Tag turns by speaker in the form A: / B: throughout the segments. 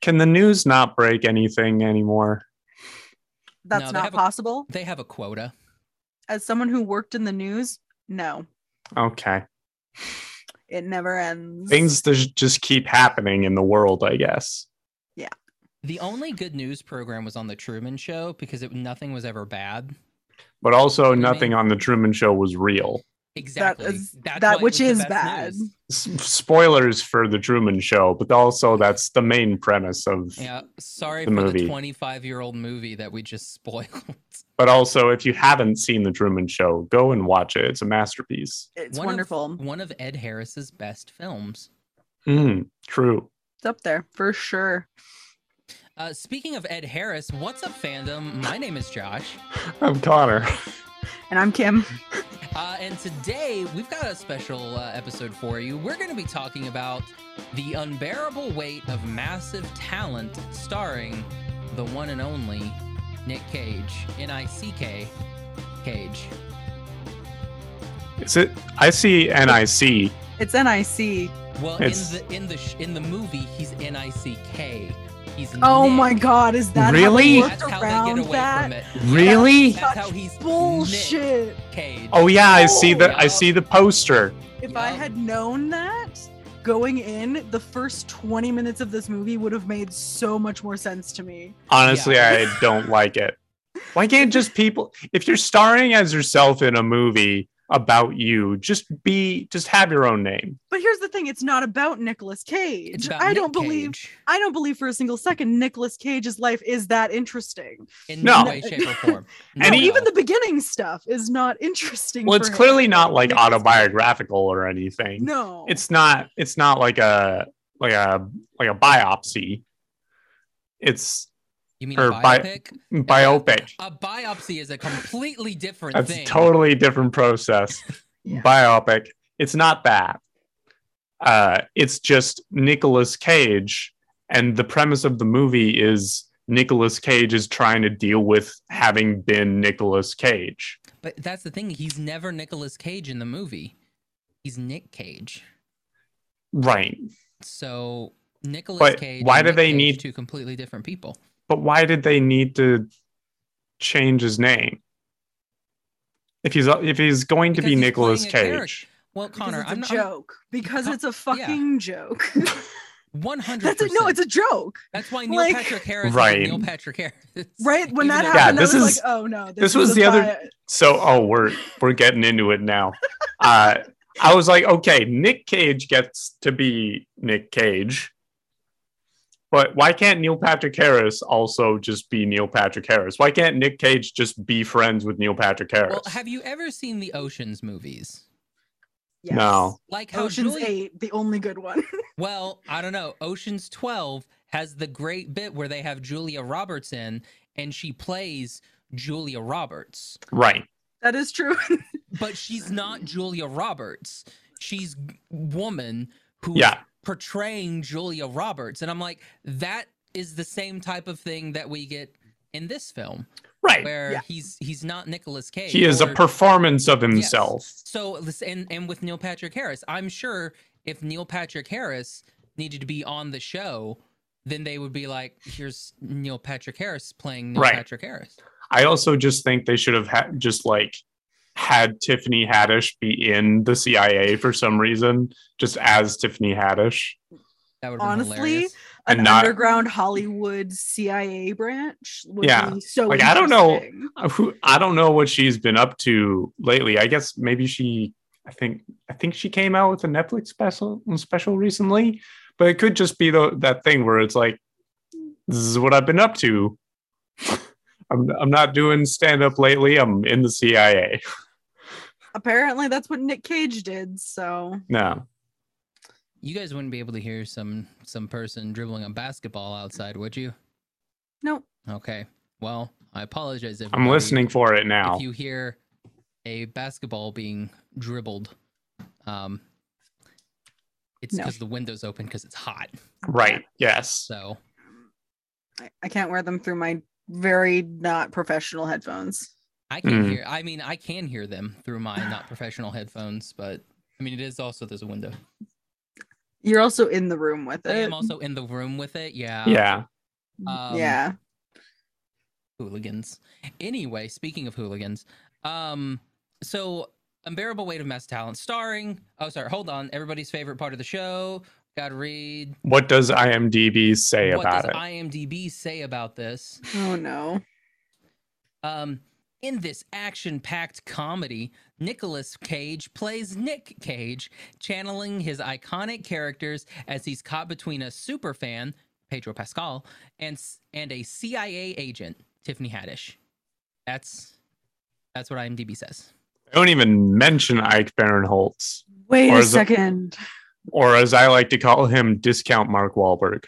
A: Can the news not break anything anymore?
B: That's
C: No, they
B: not
C: have a-
B: possible.
C: They have a quota.
B: As someone who worked in the news, no,
A: Okay.
B: it never ends.
A: Things that just keep happening in the world, I guess.
C: The only good news program was on the Truman Show because it, nothing was ever bad.
A: But also,
C: I mean-
A: nothing on the Truman Show was real.
C: Exactly.
B: is-
C: That's
B: that
C: why it
B: which
C: was the
B: is
C: best
B: bad.
C: news.
A: S- spoilers for the Truman Show, but also that's the main premise of.
C: Yeah. Sorry
A: The
C: for
A: movie.
C: the 25 year old movie that we just spoiled.
A: But also, if you haven't seen the Truman Show, go and watch it. It's a masterpiece.
B: It's
C: One of-
B: wonderful.
C: one of Ed Harris's best films.
A: Mm, true.
B: it's up there for sure.
C: Uh, speaking of Ed Harris, what's up, fandom? My name is Josh.
A: I'm Connor.
B: And I'm Kim.
C: Uh, and today we've got a special uh, episode for you. We're going to be talking about the unbearable weight of massive talent, starring the one and only Nick Cage, N I C K Cage.
A: Is it? I see NIC.
B: It's NIC.
C: Well,
A: It's-
C: in the in the sh- in the movie, he's N I C K. He's
B: Oh
C: Nick.
B: my God! Is that
A: Really?
B: How they
C: That's
B: worked
C: how they
B: around
C: get away
B: that?
C: from it.
A: Really?
C: That's how he's Nick
B: Bullshit.
C: Cage.
A: Oh yeah, I see the I
C: Yeah.
A: see the poster.
B: If I
C: Yeah.
B: had known that going in, the first 20 minutes of this movie would have made so much more sense to me.
A: Honestly, I don't like it. Why can't just people if you're starring as yourself in a movie about you, just be just have your own name.
B: But here's the thing, it's not about Nicolas Cage.
C: It's about
B: I
C: Nick
B: don't believe
C: Cage
B: I don't believe for a single second Nicolas Cage's life is that interesting.
C: in
A: No.
C: no way, shape, or form.
A: And
B: No,
A: he-
B: even the beginning stuff is not interesting.
A: Well,
B: for
A: it's
B: him.
A: clearly not like
B: Nicolas Cage.
A: autobiographical or anything.
B: No.
A: It's not it's not like a like a like a biopsy. It's
C: you mean
A: or
C: a
A: bi-
C: biopic?
A: biopic.
C: A biopsy is a completely different
A: That's
C: thing.
A: a totally different process.
B: Yeah.
A: Biopic. It's not that. Uh, it's just Nicolas Cage, and the premise of the movie is Nicolas Cage is trying to deal with having been Nicolas Cage.
C: But that's the thing. He's never Nicolas Cage in the movie. He's Nick Cage.
A: Right.
C: So Nicolas
A: But
C: Cage.
A: why
C: and
A: do
C: Nick
A: they
C: Cage,
A: need-
C: two completely different people?
A: But why did they need to change his name? If he's if he's going to
C: Because
A: be
C: he's
A: Nicolas
C: playing a character.
A: Cage,
C: Well,
B: because
C: Connor,
B: it's a
C: I'm not
B: joke. Because
C: Con-
B: it's a fucking joke.
C: one hundred.
B: That's it. No, it's a joke.
C: That's why Neil
B: like-
C: Patrick Harris. Right.
A: Right.
C: Neil Patrick Harris.
B: Right? When that
A: Yeah,
B: happened,
A: this
B: I was
A: is-
B: like, oh no,
A: this
B: is
A: was
B: a
A: the other-
B: bi-
A: So, oh, we're we're getting into it now. Uh, I was like, okay, Nick Cage gets to be Nick Cage, but why can't Neil Patrick Harris also just be Neil Patrick Harris? Why can't Nick Cage just be friends with Neil Patrick Harris?
C: Well, have you ever seen the Ocean's movies?
B: Yes.
A: No.
C: Like how
B: Ocean's
C: Julia-
B: Eight, the only good one.
C: Well, I don't know. Ocean's 12 has the great bit where they have Julia Roberts in and she plays Julia Roberts.
A: right,
B: that is true.
C: But she's not Julia Roberts. She's g- woman who's
A: Yeah.
C: portraying Julia Roberts. And I'm like, that is the same type of thing that we get in this film
A: right.
C: where
B: Yeah.
C: he's he's not Nicolas Cage.
A: He is a
C: or-
A: performance of himself.
C: So listen, and and with Neil Patrick Harris, I'm sure if Neil Patrick Harris needed to be on the show, then they would be like, "Here's Neil Patrick Harris playing Neil
A: Right.
C: Patrick Harris."
A: I also just think they should have had just like had Tiffany Haddish be in the CIA for some reason, just as Tiffany Haddish.
C: That would
B: Honestly,
A: And
B: An
A: not-
B: underground Hollywood CIA branch would
A: Yeah.
B: be so
A: Like, I don't know-
B: interesting.
A: Uh, who I don't know what she's been up to lately. I guess maybe she I think I think she came out with a Netflix special mm, special recently, but it could just be the, that thing where it's like this is what I've been up to. I'm I'm not doing stand up lately. I'm in the CIA.
B: Apparently, that's what Nick Cage did. So
A: No.
C: you guys wouldn't be able to hear some some person dribbling a basketball outside, would you?
B: no,
C: Okay. Well, I apologize.
A: I'm
C: everybody,
A: listening for it now.
C: If you hear a basketball being dribbled, um, it's
B: No.
C: because the window's open because it's hot.
A: Right. Yes.
C: So.
B: I, I can't wear them through my very not professional headphones.
C: I can
A: Mm.
C: hear. I mean, I can hear them through my not professional headphones, but I mean, it is also there's a window.
B: You're also in the room with
C: I
B: it.
C: am also in the room with it. Yeah.
A: Uh, yeah.
C: Um,
B: yeah.
C: hooligans. Anyway, speaking of hooligans, um, so unbearable weight of mass talent, starring. Oh, sorry, hold on. Everybody's favorite part of the show. Gotta read.
A: What does IMDb say
C: what
A: about
C: does
A: it?
C: IMDb say about this?
B: Oh no.
C: Um, in this action-packed comedy, Nicolas Cage plays Nick Cage, channeling his iconic characters as he's caught between a superfan, Pedro Pascal, and s- and a CIA agent, Tiffany Haddish. That's that's what IMDb says.
A: I don't even mention Ike Barinholtz,
B: Wait
A: Or
B: a
A: is it-
B: second.
A: or as I like to call him, Discount Mark Wahlberg.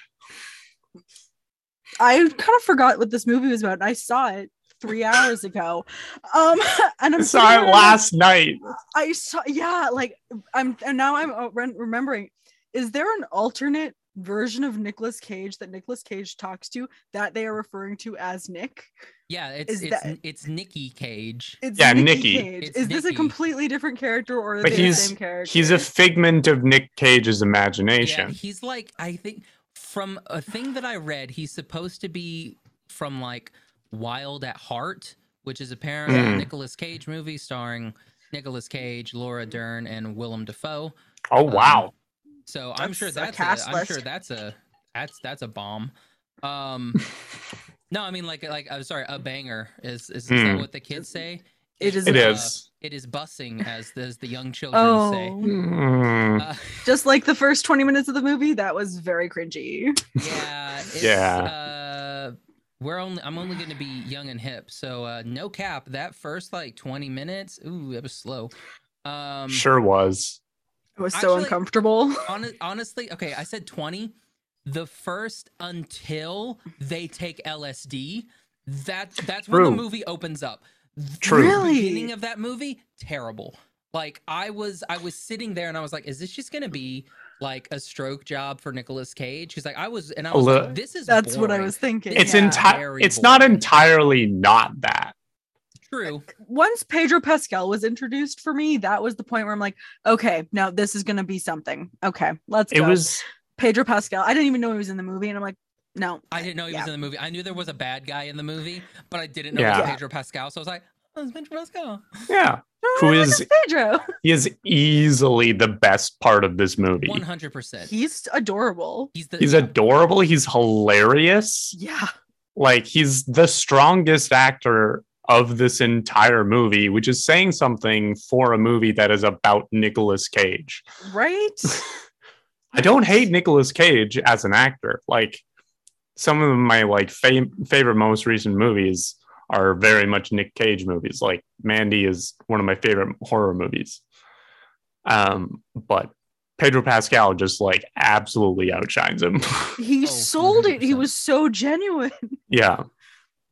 B: I kind of forgot what this movie was about. I saw it three hours ago. Um and
A: I
B: I'm
A: saw
B: sitting
A: it
B: here, like,
A: last night.
B: I saw yeah, like I'm and now I'm uh, rem- remembering. Is there an alternate version of Nicolas Cage that Nicolas Cage talks to that they are referring to as Nick?
C: Yeah, it's
B: Is
C: it's
B: that-
C: it's Nicky Cage.
B: It's
A: Yeah, Nicky.
B: Nicky. Cage.
C: It's
B: is this a
C: Nicky.
B: completely different character or are
A: But
B: they the
A: he's-
B: same character?
A: He's a figment of Nick Cage's
C: Yeah,
A: imagination.
C: he's like I think from a thing that I read, he's supposed to be from like Wild at Heart, which is apparently a
A: Mm.
C: Nicolas Cage movie starring Nicolas Cage, Laura Dern, and Willem Dafoe.
A: oh wow.
C: Um, So I'm sure
B: That's a
C: that's
B: cast
C: a, I'm sure
B: list.
C: that's a that's that's a bomb. Um, no, I mean like like I'm sorry, a banger is is, is that
A: Mm.
C: what the kids say?
B: It is
A: it
C: uh,
A: is.
C: It is bussing, as the, as the young children say.
B: Oh,
A: Mm.
C: Uh,
B: just like the first 20 minutes of the movie, that was very cringy.
C: Yeah. It's,
A: Yeah.
C: Uh, we're only. I'm only going to be young and hip. So uh, no cap. That first like 20 minutes. Ooh, that was slow. Um,
A: sure was.
B: It was so
C: Actually-
B: uncomfortable.
C: hone- honestly, okay. I said 20. The first until they take LSD. That that's when
A: True.
C: the movie opens up. Th-
A: True.
C: The
B: Really?
C: beginning of that movie terrible. Like I was I was sitting there and I was like, is this just gonna be like a stroke job for Nicolas Cage? Because like I was and I
A: A
C: was
A: li-
C: like, this is
B: That's what I
C: boring.
B: was thinking.
A: It's
B: yeah.
A: entire.
C: Very
A: It's not
C: boring.
A: entirely not that.
C: True.
B: Once Pedro Pascal was introduced for me, that was the point where I'm like, okay, no, this is going to be something. Okay, let's
A: It
B: go.
A: was.
B: Pedro Pascal. I didn't even know he was in the movie, and I'm like, no,
C: I didn't know he was
B: yeah.
C: in the movie. I knew there was a bad guy in the movie, but I didn't know it was
B: Yeah.
C: Pedro Pascal. So I was like, oh, it's Pedro Pascal.
A: Yeah. Who
B: Who is
A: is-
B: Pedro?
A: He is easily the best part of this movie.
C: 100%.
B: He's adorable.
C: He's the.
A: He's adorable. He's hilarious.
B: Yeah,
A: Like he's the strongest actor of this entire movie, which is saying something for a movie that is about Nicolas Cage.
B: right.
A: I don't hate Nicolas Cage as an actor. Like some of my like fam- favorite most recent movies are very much Nick Cage movies. Like Mandy is one of my favorite horror movies. Um, but Pedro Pascal just like absolutely outshines him.
B: He
C: Oh,
B: sold it. He
C: 100%.
B: was so genuine.
A: yeah.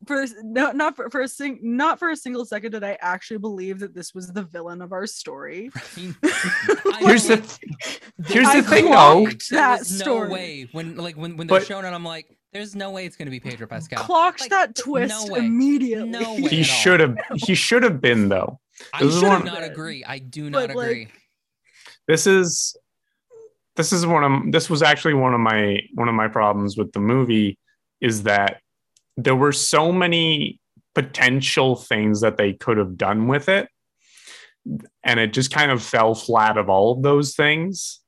B: For no, not for, for a sing, not for a single second did I actually believe that this was the villain of our story.
C: I
A: Here's the
C: like-
A: here's the
B: I
A: thing, though.
B: clocked
C: There
B: That
C: was
B: story.
C: no way. When, like, when, when they're
A: But-
C: shown out, I'm like, there's no way it's going to be Pedro Pascal.
B: Clocked
C: Like,
B: that twist
C: way.
B: immediately.
C: No way.
A: he
C: at all.
A: should have he should have been though.
C: I
A: This is
C: do
A: one-
C: not agree. I do not
B: But, like,
C: agree.
A: this is this is one of this was actually one of my one of my problems with the movie is that there were so many potential things that they could have done with it and it just kind of fell flat of all of those things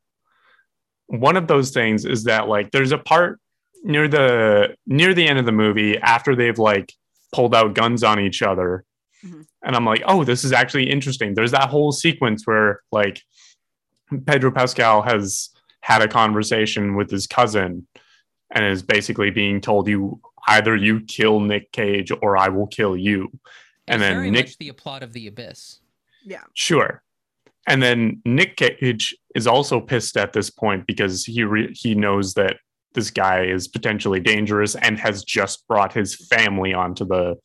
A: one of those things is that like there's a part near the near the end of the movie after they've like pulled out guns on each other
B: Mhm.
A: and i'm like oh this is actually interesting there's that whole sequence where like pedro pascal has had a conversation with his cousin and is basically being told you either you kill nick cage or i will kill you and
C: it's
A: then
C: very
A: Nick-
C: much the plot of The Abyss.
A: Sure. And then Nick Cage is also pissed at this point because he re- he knows that this guy is potentially dangerous and has just brought his family onto the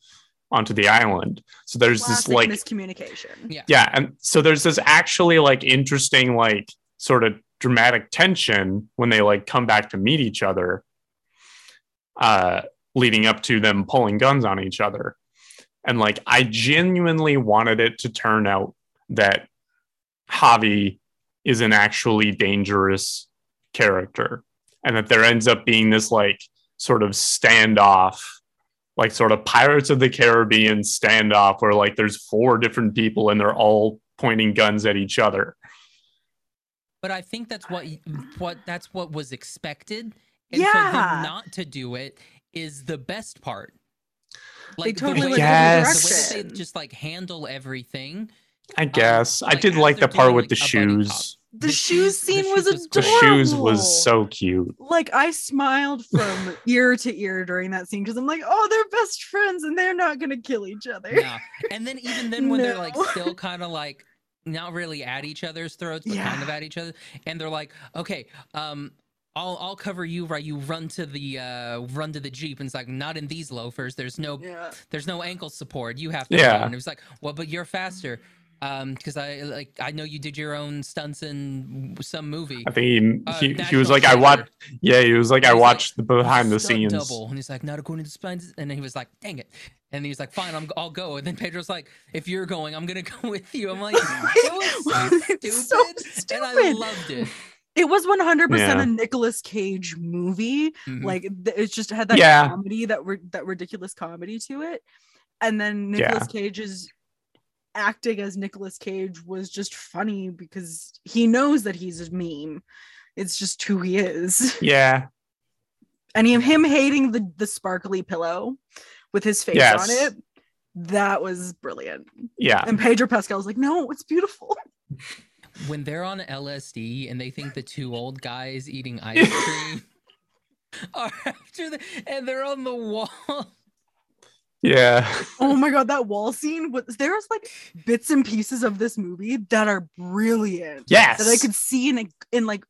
A: onto the island. So there's
B: Classic
A: this like
B: miscommunication.
A: yeah, and so there's this actually like interesting like sort of dramatic tension when they like come back to meet each other uh leading up to them pulling guns on each other. And like I genuinely wanted it to turn out that Javi is an actually dangerous character, and that there ends up being this like sort of standoff, like sort of Pirates of the Caribbean standoff, where like there's four different people and they're all pointing guns at each other.
C: But I think that's what what that's what was expected. And so
B: Yeah.
C: them not to do it is the best part.
B: totally
A: went the other
C: the way that
B: direction.
C: they just like handle everything.
A: I guess I
C: like,
A: did
C: as
A: like
C: Um, they're
A: the part
C: doing,
A: with
C: like,
A: the
C: a buddy cop.
A: shoes.
B: The,
C: The
B: shoes
C: shoes- the
B: scene was
C: shoes was
A: The
B: adorable.
C: great.
A: shoes was so cute.
B: like I smiled from ear to ear during that scene because I'm like, oh, they're best friends and they're not gonna kill each other.
C: Yeah. And then even then when they're like
B: No.
C: still kind of like not really at each other's throats, but kind of at each other, and they're like, okay, um, I'll I'll cover you right. You run to the uh run to the jeep, and it's like not in these loafers. There's no
B: Yeah.
C: there's no ankle support. You have to.
A: Yeah.
C: Yeah. And it was like, well, but you're faster. Um, because I like I know you did your own stunts in some movie.
A: I think
C: Uh,
A: he, he, he
C: National
A: was like, I
C: Treasure.
A: watched. Yeah, he was like, I
C: He's like,
A: watched the behind the
C: stunt
A: scenes.
C: Double. And he's like, not according to the plans. And then he was like, dang it. And he was like, fine, I'm, I'll go. And then Pedro's like, if you're going, I'm gonna go with you. I'm like, it was so stupid.
B: It's so
C: And I
B: stupid.
C: loved it.
B: It was 100%
A: Yeah.
B: a Nicolas Cage movie.
C: Mhm.
B: Like th- it just had that
A: Mm-hmm. Yeah.
B: comedy that were that ridiculous comedy to it. And then
A: Yeah.
B: Nicolas Cage's acting as Nicolas Cage was just funny because he knows that he's a meme. It's just who he is.
A: Yeah,
B: and him, him hating the the sparkly pillow with his face
A: Yes.
B: on it that was brilliant
A: yeah.
B: and pedro pascal was like no it's beautiful
C: when they're on LSD and they think the two old guys eating ice cream are after the and they're on the wall.
A: Yeah.
B: oh my god that wall scene was there's like bits and pieces of this movie that are brilliant
A: Yes.
B: that i could see in a, in like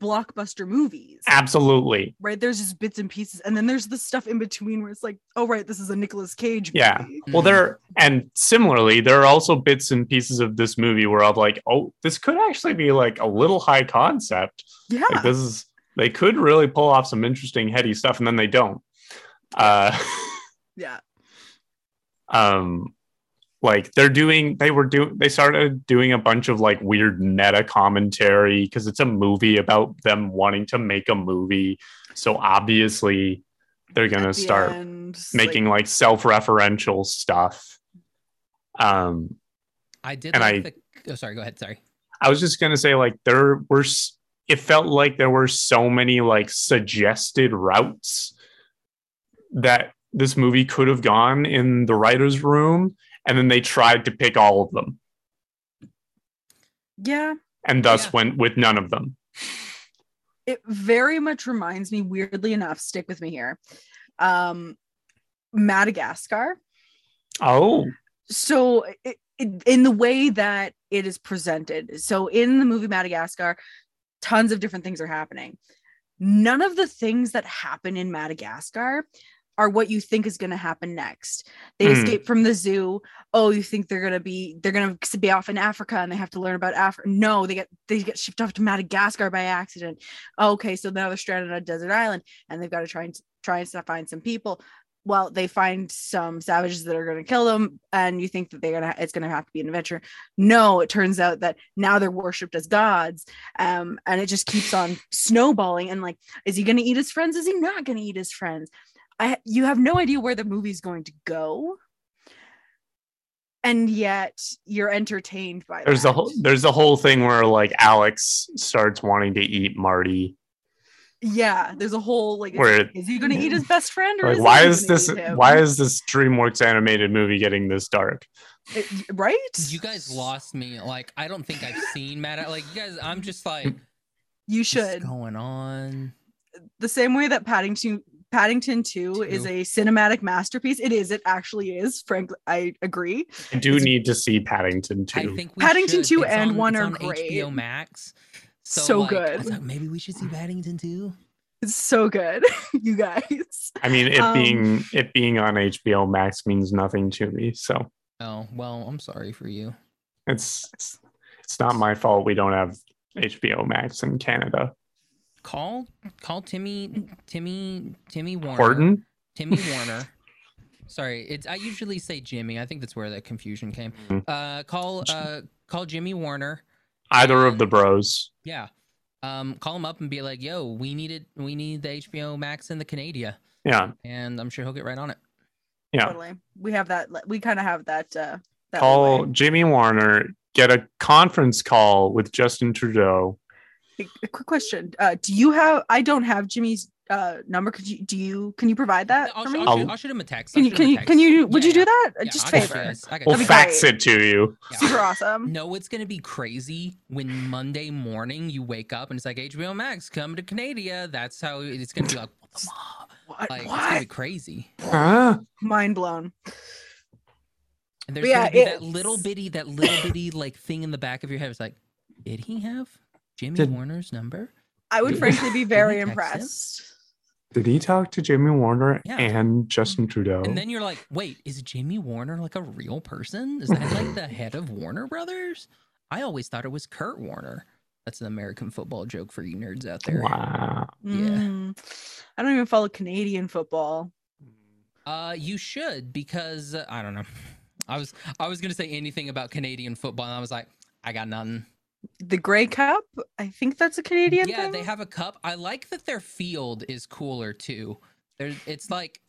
B: blockbuster movies
A: Absolutely.
B: right there's just bits and pieces and then there's the stuff in between where it's like oh right this is a Nicolas cage movie.
A: Yeah. Well,
C: Mhm.
A: there and similarly, there are also bits and pieces of this movie where I'm like, oh, this could actually be like a little high concept.
B: yeah
A: Like this is they could really pull off some interesting heady stuff, and then they don't. Uh,
B: yeah
A: um, like they're doing, they were doing, they started doing a bunch of like weird meta commentary because it's a movie about them wanting to make a movie, so obviously they're gonna
B: At the
A: start
B: end, it's like-
A: making like self-referential stuff. Um,
C: I did
A: And
C: like
A: I-
C: the oh sorry, go ahead. Sorry.
A: I was just gonna say like there were s- it felt like there were so many like suggested routes that this movie could have gone in the writer's room, and then they tried to pick all of them,
B: yeah
A: and thus
C: Yeah.
A: went with none of them.
B: it very much reminds me weirdly enough stick with me here um madagascar
A: Oh,
B: so it, it, in the way that it is presented so in the movie madagascar tons of different things are happening none of the things that happen in madagascar are what you think is going to happen next they
A: Hmm.
B: escape from the zoo oh you think they're going to be they're going to be off in africa and they have to learn about africa no they get they get shipped off to madagascar by accident okay so now they're stranded on a desert island and they've got to try and try and find some people well they find some savages that are going to kill them and you think that they're going to it's going to have to be an adventure no it turns out that now they're worshipped as gods um and it just keeps on snowballing and like is he going to eat his friends is he not going to eat his friends i you have no idea where the movie's going to go and yet you're entertained by
A: there's the
B: that.
A: whole there's the whole thing where like Alex starts wanting to eat Marty.
B: yeah there's a whole like it's
A: Where-
B: like, is he going to eat his best friend or
A: Like,
B: is he
A: why
B: gonna
A: is this
B: eat him?
A: why is this DreamWorks animated movie getting this dark?
B: It- right
C: You guys lost me. Like I don't think I've seen Mad like you guys I'm just like
B: you
C: what's
B: should
C: going on?
B: the same way that Paddington Paddington 2 is
C: Two.
B: a cinematic masterpiece. It is, it actually is. Frank, I agree.
A: I do
B: It's-
A: need to see Paddington too.
C: I think we
B: Paddington
C: should.
B: 2
C: It's
B: and
C: on-
B: 1
C: it's
B: are
C: on HBO
B: great.
C: Max. So,
B: So
C: like, I was
B: good.
C: like, maybe we should see Paddington 2.
B: It's so good, you guys.
A: I mean, it
B: Um,
A: being it being on HBO Max means nothing to me, so
C: Oh, well, I'm sorry for you.
A: it's it's, it's not my fault we don't have HBO Max in Canada.
C: Call call Timmy Timmy Timmy Warner.
A: Horton,
C: Timmy Warner. Sorry, it's I usually say Jimmy. I think that's where that confusion came.
A: Mhm.
C: Uh call uh call Jimmy Warner.
A: either of the bros.
C: Yeah. um, call him up and be like, "Yo, we needed we need the HBO Max in the Canada,"
A: Yeah.
C: and I'm sure he'll get right on it.
A: Yeah.
B: Totally. We have that. We kind of have that. Uh, that
A: Call
B: leeway.
A: Jimmy Warner, get a conference call with Justin Trudeau.
B: A- a quick question. Uh, do you have? I don't have Jimmy's uh number. Could you? Do you? Can you provide that
C: I'll,
B: Uh, for
C: sh-
B: me?
C: I'll, sh- I'll shoot him a text. I'll
B: can you?
C: shoot him
B: Can
C: a
B: you?
C: text.
B: Can you? Would
C: Yeah,
B: you do
C: yeah.
B: that? Uh,
C: Yeah,
B: Just
C: I can shoot
B: favor.
C: this. I can
A: We'll
C: shoot
B: That'd be
C: this.
A: fax it to you.
C: Yeah.
B: Super awesome.
C: No, it's gonna be crazy when Monday morning you wake up and it's like HBO Max come to Canada. That's how it's gonna be like. what the fuck?
B: What?
C: Like it's gonna
B: what?
C: be crazy.
A: Huh?
B: Mind blown.
C: And there's
B: Yeah,
C: gonna be that little
B: it's-
C: bitty, that little bitty like thing in the back of your head. It's like, did he have Jimmy
A: Did-
C: Warner's number?
B: I would
A: Yeah.
B: frankly be very
C: text him?
B: impressed.
A: Did he talk to Jimmy Warner
C: Yeah.
A: and Justin Trudeau?
C: And then you're like, wait, is Jimmy Warner like a real person? Is that like the head of Warner Brothers? I always thought it was Kurt Warner. That's an American football joke for you nerds out there.
A: wow.
C: Yeah.
B: Mm. I don't even follow Canadian football.
C: Uh, you should because uh, I don't know. I was I was gonna say anything about Canadian football, and I was like, I got nothing.
B: The Grey Cup. I think that's a Canadian
C: yeah,
B: thing.
C: they have a cup. I like that their field is cooler too. There's it's like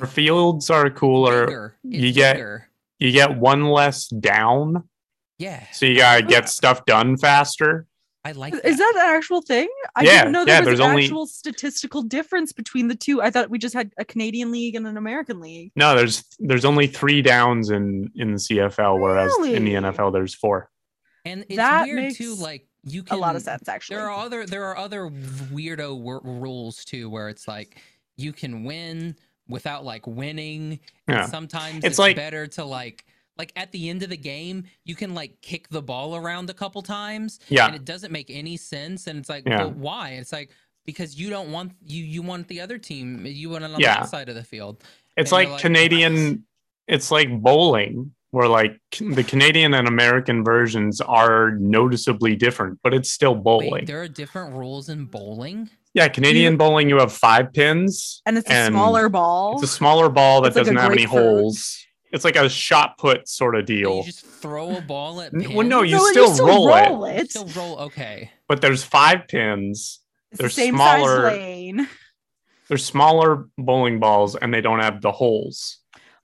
A: Our fields are cooler.
C: bigger. It's
A: you get-
C: bigger.
A: You get one less down,
C: yeah.
A: so you gotta
C: Yeah.
A: get stuff done faster.
C: I like.
B: Is that an actual thing? I
A: Yeah,
B: didn't know there
A: yeah,
B: was
A: there's
B: an
A: only-
B: actual statistical difference between the two. I thought we just had a Canadian league and an American league.
A: No, there's there's only three downs in in the CFL, whereas in the
B: Really?
A: NFL there's four.
C: and it's
B: that
C: weird too.
B: makes
C: Like you
B: A
C: can
B: lot of sense, actually.
C: There are other there are other weirdo wor- rules too, where it's like you can win without like winning. and
A: Yeah.
C: Sometimes it's,
A: It's like-
C: better to like like at the end of the game you can like kick the ball around a couple times and
A: Yeah.
C: it doesn't make any sense and it's like
A: Yeah.
C: but why it's like because you don't want you you want the other team you want it on
A: Yeah.
C: the outside of the field
A: It's
C: And you're
A: like,
C: like,
A: Canadian it's like bowling where like the Canadian and American versions are noticeably different, but it's still bowling.
C: wait there are different rules in bowling
A: yeah, Canadian bowling you have five pins.
B: and it's a
A: and
B: smaller ball.
A: It's a smaller ball that
B: It's Oh. like a
A: doesn't have any
B: grapefruit.
A: holes. It's like a shot put sort of
C: So you
A: deal.
C: just throw a ball at
A: N- well, no,
C: pins?
A: oh, you still roll it.
C: You still roll okay
A: But there's five pins.
B: It's
A: they're
B: the same
A: smaller.
B: size lane.
A: They're smaller bowling balls and they don't have the holes.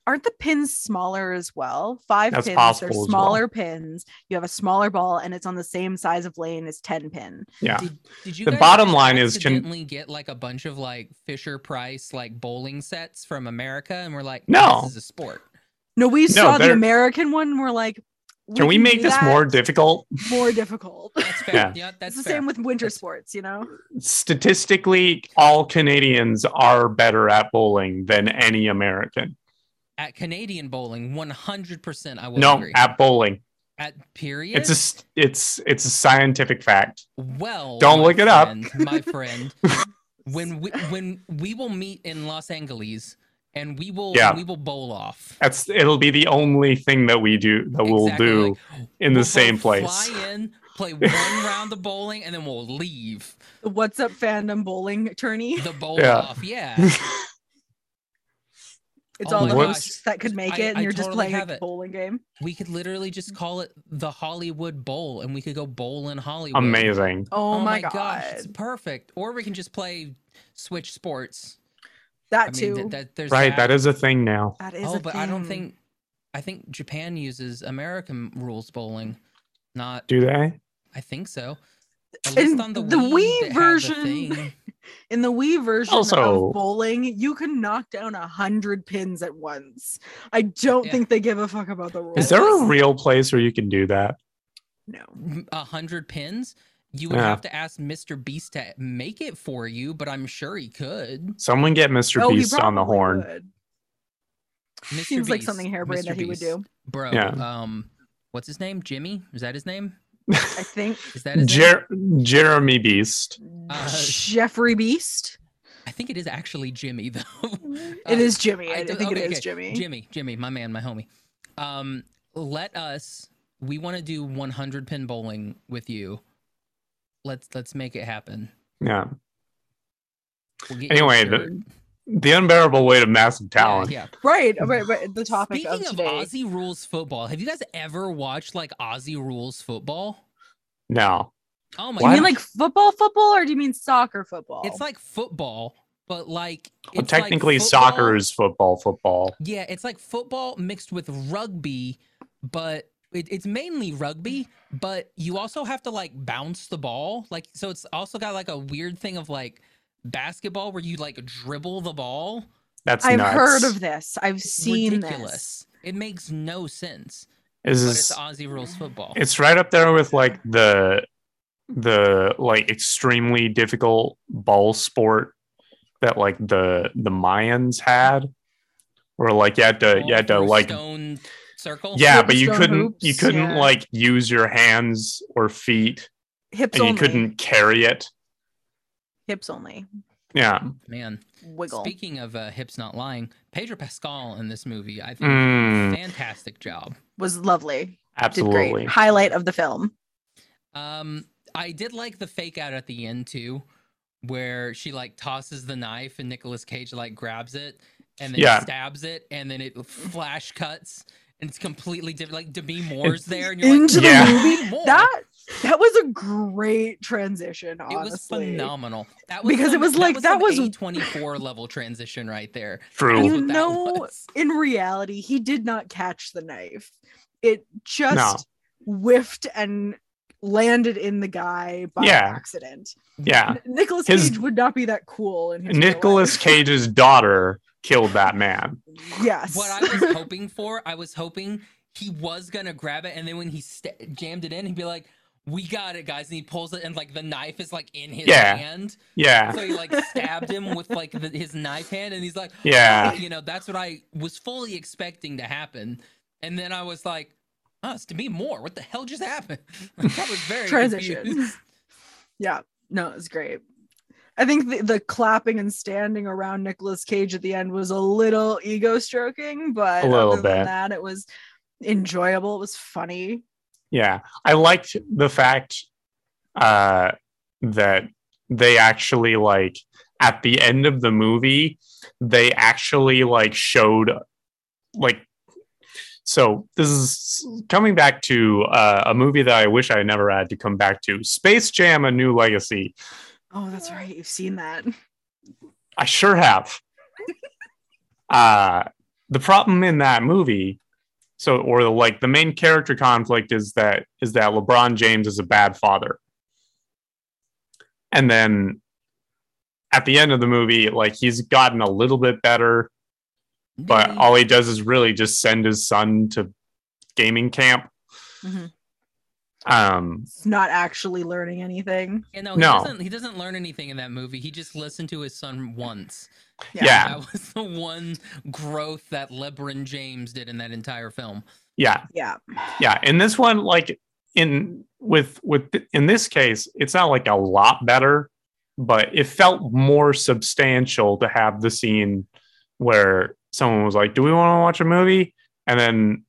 B: Aren't the pins smaller as well? Five
A: That's
B: pins.
A: possible
B: They're
A: as well.
B: smaller pins. You have a smaller ball, and it's on the same size of lane as ten pin.
A: Yeah.
C: Did, did you
A: The
C: guys
A: bottom line is can-
C: accidentally get like a bunch of like Fisher Price like bowling sets from America, and we're like,
A: No.
C: this is a sport.
B: No, we saw the
A: they're-
B: American one. We're like,
A: Can we
B: can
A: make
B: do
A: this
B: that
A: more difficult?
B: more difficult?
C: That's fair. Yeah,
A: Yeah.
C: that's
B: it's the
C: fair.
B: same with winter
C: That's-
B: sports, you know.
A: statistically, all Canadians are better at bowling than any American.
C: at Canadian bowling. One hundred percent, I will
A: no,
C: agree.
A: at bowling,
C: At period.
A: it's a s- it's it's a scientific fact.
C: well.
A: Don't
C: my
A: look it up.
C: friend, my friend. when we when we will meet in Los Angeles, and we will
A: Yeah.
C: we will bowl off.
A: That's it'll be the only thing that we do that we'll
C: Exactly,
A: do
C: like,
A: in
C: we'll
A: the same
C: both
A: place.
C: Fly in, play one round of bowling, and then we'll leave.
B: The What's up, fandom bowling attorney?
C: the bowl
A: Yeah.
C: off. Yeah.
B: It's
C: Oh
B: all
A: my
B: the
A: gosh.
B: hosts that could make
C: I-
B: it, and
C: I
B: you're just
C: totally
B: playing
C: have
B: a
C: it.
B: bowling game.
C: we could literally
B: Mm.
C: just call it the Hollywood Bowl and we could go bowl in Hollywood.
A: Amazing.
B: Oh, my, god,
C: it's perfect. Or we can just play Switch Sports.
B: that
C: I
B: too.
C: mean, that, that, there's
A: Right, that is a thing now.
B: that is.
C: Oh,
B: a
C: but I don't
B: thing.
C: think. I think Japan uses American rules bowling. Not,
A: Do they?
C: I think so. At
B: In
C: least on the,
B: the Wii
C: that had the
B: version-
C: thing.
B: In the Wii version
A: Also-
B: of bowling, you can knock down a hundred pins at once. I don't
C: Yeah.
B: think they give a fuck about the rules.
A: Is there a real place where you can do that?
B: no?
C: a hundred pins. You would
A: Yeah.
C: have to ask Mr. Beast to make it for you, but I'm sure he could.
A: Someone get Mr.
B: Oh, he
A: Beast on the
B: probably
A: horn.
B: would.
C: Mr.
B: Seems like
C: Beast,
B: something harebrained
C: Mr.
B: that he would
C: Beast.
B: do.
C: bro.
A: Yeah.
C: Um, what's his name? Jimmy? Is that his name?
B: I think
C: Is that his name?
A: Jer- Jeremy Beast.
C: Uh,
B: Jeffrey Beast.
C: I think it is actually Jimmy though. Uh,
B: it is Jimmy. I,
C: I do-
B: think
C: okay,
B: it is
C: okay.
B: Jimmy.
C: Jimmy, Jimmy, my man, my homie. Um, let us. We want to do 100 pin bowling with you. Let's let's make it happen.
A: Yeah.
C: We'll get you a
A: Anyway, the
C: shirt.
A: The unbearable weight of massive talent.
C: Yeah, yeah.
B: Right, uh, right, right. The topic of
C: Speaking of,
B: today.
C: Aussie rules football, have you guys ever watched like Aussie rules football?
A: No.
C: Oh my
B: Do you mean
C: gosh.
B: like football, football, or do you mean soccer, football?
C: it's like football, but like
A: Well,
C: it's like
A: technically,
C: football-
A: soccer is football. Football.
C: Yeah, it's like football mixed with rugby, but it, it's mainly rugby. But you also have to like bounce the ball, like so. It's also got like a weird thing of like basketball where you like dribble the ball.
A: That's
B: I've
A: nuts.
B: heard of this. I've
C: It's
B: seen this.
C: ridiculous. It makes no sense.
A: This
C: But
A: is
C: it's Aussie rules football.
A: it's right up there with like the the like extremely difficult ball sport that like the the Mayans had, where like you had to
C: Ball
A: you had to
C: through
A: uh, like
C: stone circle.
A: yeah,
B: With
A: but you
B: stone
A: couldn't
B: hoops,
A: you couldn't
B: yeah.
A: like use your hands or feet,
B: Hips
A: and you
B: only.
A: couldn't carry it.
B: Hips only.
A: Yeah,
C: man.
B: Wiggle.
C: Speaking of uh, hips not lying, Pedro Pascal in this movie, I think,
A: Mm,
C: fantastic job.
B: was lovely. Did
A: absolutely.
B: great. Highlight of the film.
C: Um, I did like the fake out at the end too, where she like tosses the knife and Nicolas Cage like grabs it and then
A: Yeah.
C: stabs it and then it flash cuts and it's completely different. Like Demi Moore's there and you're
B: Into
C: like,
A: the Yeah.
C: "Demi Moore!"
B: That that was a great transition,
C: It was
B: honestly.
C: phenomenal. That
B: Because it was like- that was-
C: twenty four level transition right there.
A: True.
C: That's
B: You
C: what that
B: know,
C: was.
B: In reality, he did not catch the knife. It just
A: No.
B: whiffed and landed in the guy by
A: Yeah.
B: accident.
A: yeah,
B: Nicholas
A: His-
B: Cage would not be that cool in his real
A: Nicholas
B: life.
A: Cage's daughter killed that man.
B: Yes.
C: what I was hoping for, I was hoping he was gonna grab it, and then when he st- jammed it in, he'd be like, "We got it, guys!" And he pulls it, and like the knife is like in his
A: Yeah.
C: hand,
A: Yeah,
C: so he like stabbed him with like the, his knife hand, and he's like,
A: yeah.
C: "You know, that's what I was fully expecting to happen," and then I was like. Oh, it's to be more. What the hell just happened? Like, I was very
B: Transition.
C: confused.
B: Yeah, no, it was great. I think the, the clapping and standing around Nicolas Cage at the end was a little ego stroking, but
A: A little
B: other than
A: bit.
B: that, it was enjoyable. It was funny.
A: Yeah, I liked the fact uh, that they actually like at the end of the movie they actually like showed like so this is coming back to uh, a movie that I wish I never had to come back to Space Jam: A New Legacy.
B: Oh, that's right. You've seen that.
A: I sure have. uh the problem in that movie, so or like the main character conflict is that is that LeBron James is a bad father. And then at the end of the movie, like he's gotten a little bit better,
C: Mm-hmm.
A: but all he does is really just send his son to gaming camp.
C: Mm-hmm.
B: Mhm.
A: Um
B: It's not actually learning anything.
C: Yeah, no, he,
A: No.
C: Doesn't, he doesn't learn anything in that movie. He just listened to his son once.
B: Yeah.
A: yeah.
C: That was the one growth that LeBron James did in that entire film.
A: yeah,
B: Yeah.
A: yeah in this one like in with with th- in this case it's not like a lot better but it felt more substantial to have the scene where someone was like do we want to watch a movie and then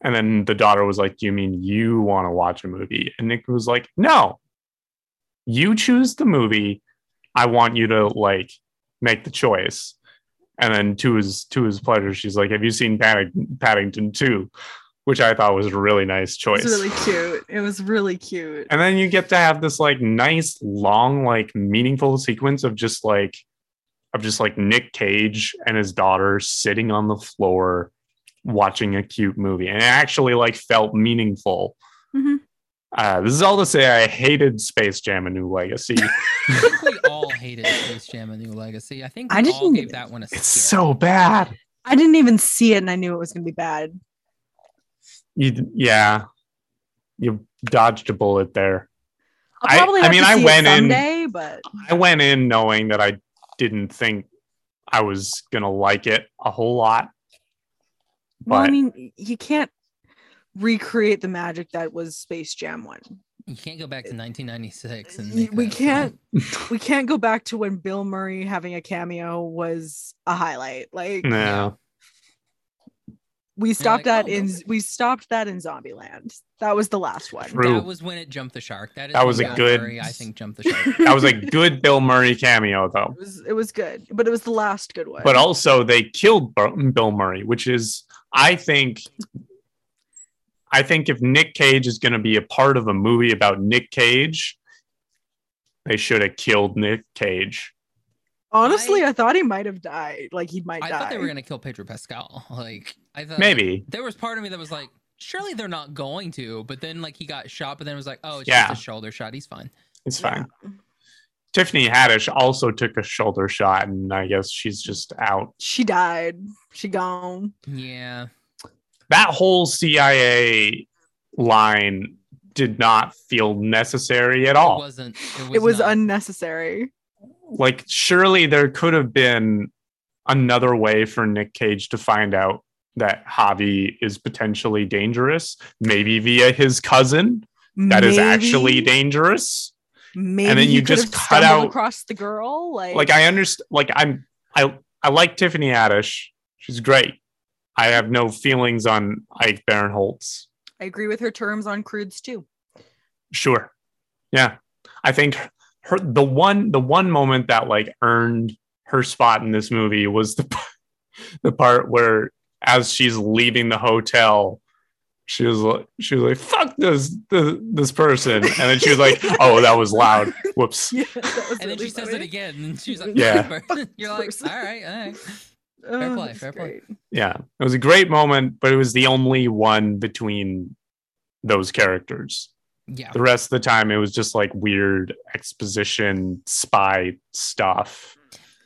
A: and then the daughter was like do you mean you want to watch a movie and nick was like no you choose the movie i want you to like make the choice and then to his to his pleasure she's like have you seen Padding- paddington 2 which i thought was a really nice
B: It
A: choice
B: was really cute. It was really cute.
A: and then you get to have this like nice long like meaningful sequence of just like of just like nick cage and his daughter sitting on the floor watching a cute movie and it actually like felt meaningful
B: Mhm.
A: uh, this is all to say i hated space jam a new legacy
C: I think we all hated Space Jam: A New Legacy. I think we
B: I
C: all
B: didn't
C: gave
B: even-
C: that one a skip.
A: it's so bad
B: I didn't even see it and I knew it was going to be bad.
A: you yeah you dodged a bullet there I-
B: I'll probably
A: I
B: have
A: mean,
B: to
A: I
B: see
A: went
B: it
A: in-
B: someday, but
A: I went in knowing that I didn't think I was gonna like it a whole lot.
B: well, I
A: But-
B: mean, you can't recreate the magic that was Space Jam one.
C: You can't go back to 1996 and
B: Y-
C: make
B: we
C: that-
B: can't we can't go back to when bill murray having a cameo was a highlight like
A: No,
B: we stopped that
C: like, oh,
B: in
C: Bill-
B: we stopped that in zombieland that was the last one
A: True.
C: That was when it jumped the shark. That, is
A: That
C: when
A: was a
C: Bill
A: good-
C: Murray, I think jumped the shark.
A: that was a good Bill Murray cameo though.
B: it was it was good but it was the last good one
A: But also they killed Bur- Bill Murray, which is I think I think if Nick Cage is going to be a part of a movie about Nick Cage, they should have killed Nick Cage.
B: Honestly, I, thought he might have died. Like he might
C: I
B: die.
C: thought they were gonna kill Pedro Pascal. Like I thought
A: Maybe.
C: there was part of me that was like, surely they're not going to. But then like he got shot, but then it was like, oh, it's
A: Yeah.
C: just a shoulder shot. He's fine.
A: It's fine. Tiffany Haddish also took a shoulder shot, and I guess she's just out.
B: She died. She gone.
C: Yeah.
A: That whole CIA line did not feel necessary at
C: It
A: all.
C: wasn't. It was,
B: it was
C: not-
B: unnecessary.
A: Like, surely there could have been another way for Nick Cage to find out that Javi is potentially dangerous, maybe via his cousin that is actually
B: Maybe-
A: dangerous.
B: Maybe
A: then
B: he
A: you
B: could
A: just
B: have
A: cut
B: stumbled
A: out-
B: across the girl. Like,
A: like I understand like I'm I I like Tiffany Haddish. She's great. I have no feelings on Ike Barinholtz.
B: I agree with her terms on crudes too.
A: Sure. Yeah. I think her the one the one moment that like earned her spot in this movie was the p- the part where as she's leaving the hotel she was like she was like fuck this this, this person and then she was like oh that was loud whoops
B: Yeah, that was
C: And then
B: really
C: she says it
B: funny.
C: again, and she's like,
A: Yeah.
C: You're like, all right, all right.
B: Oh,
C: Fair play,
B: that's
C: fair play.
B: great.
A: yeah it was a great moment but it was the only one between those characters
C: Yeah.
A: the rest of the time it was just like weird exposition spy stuff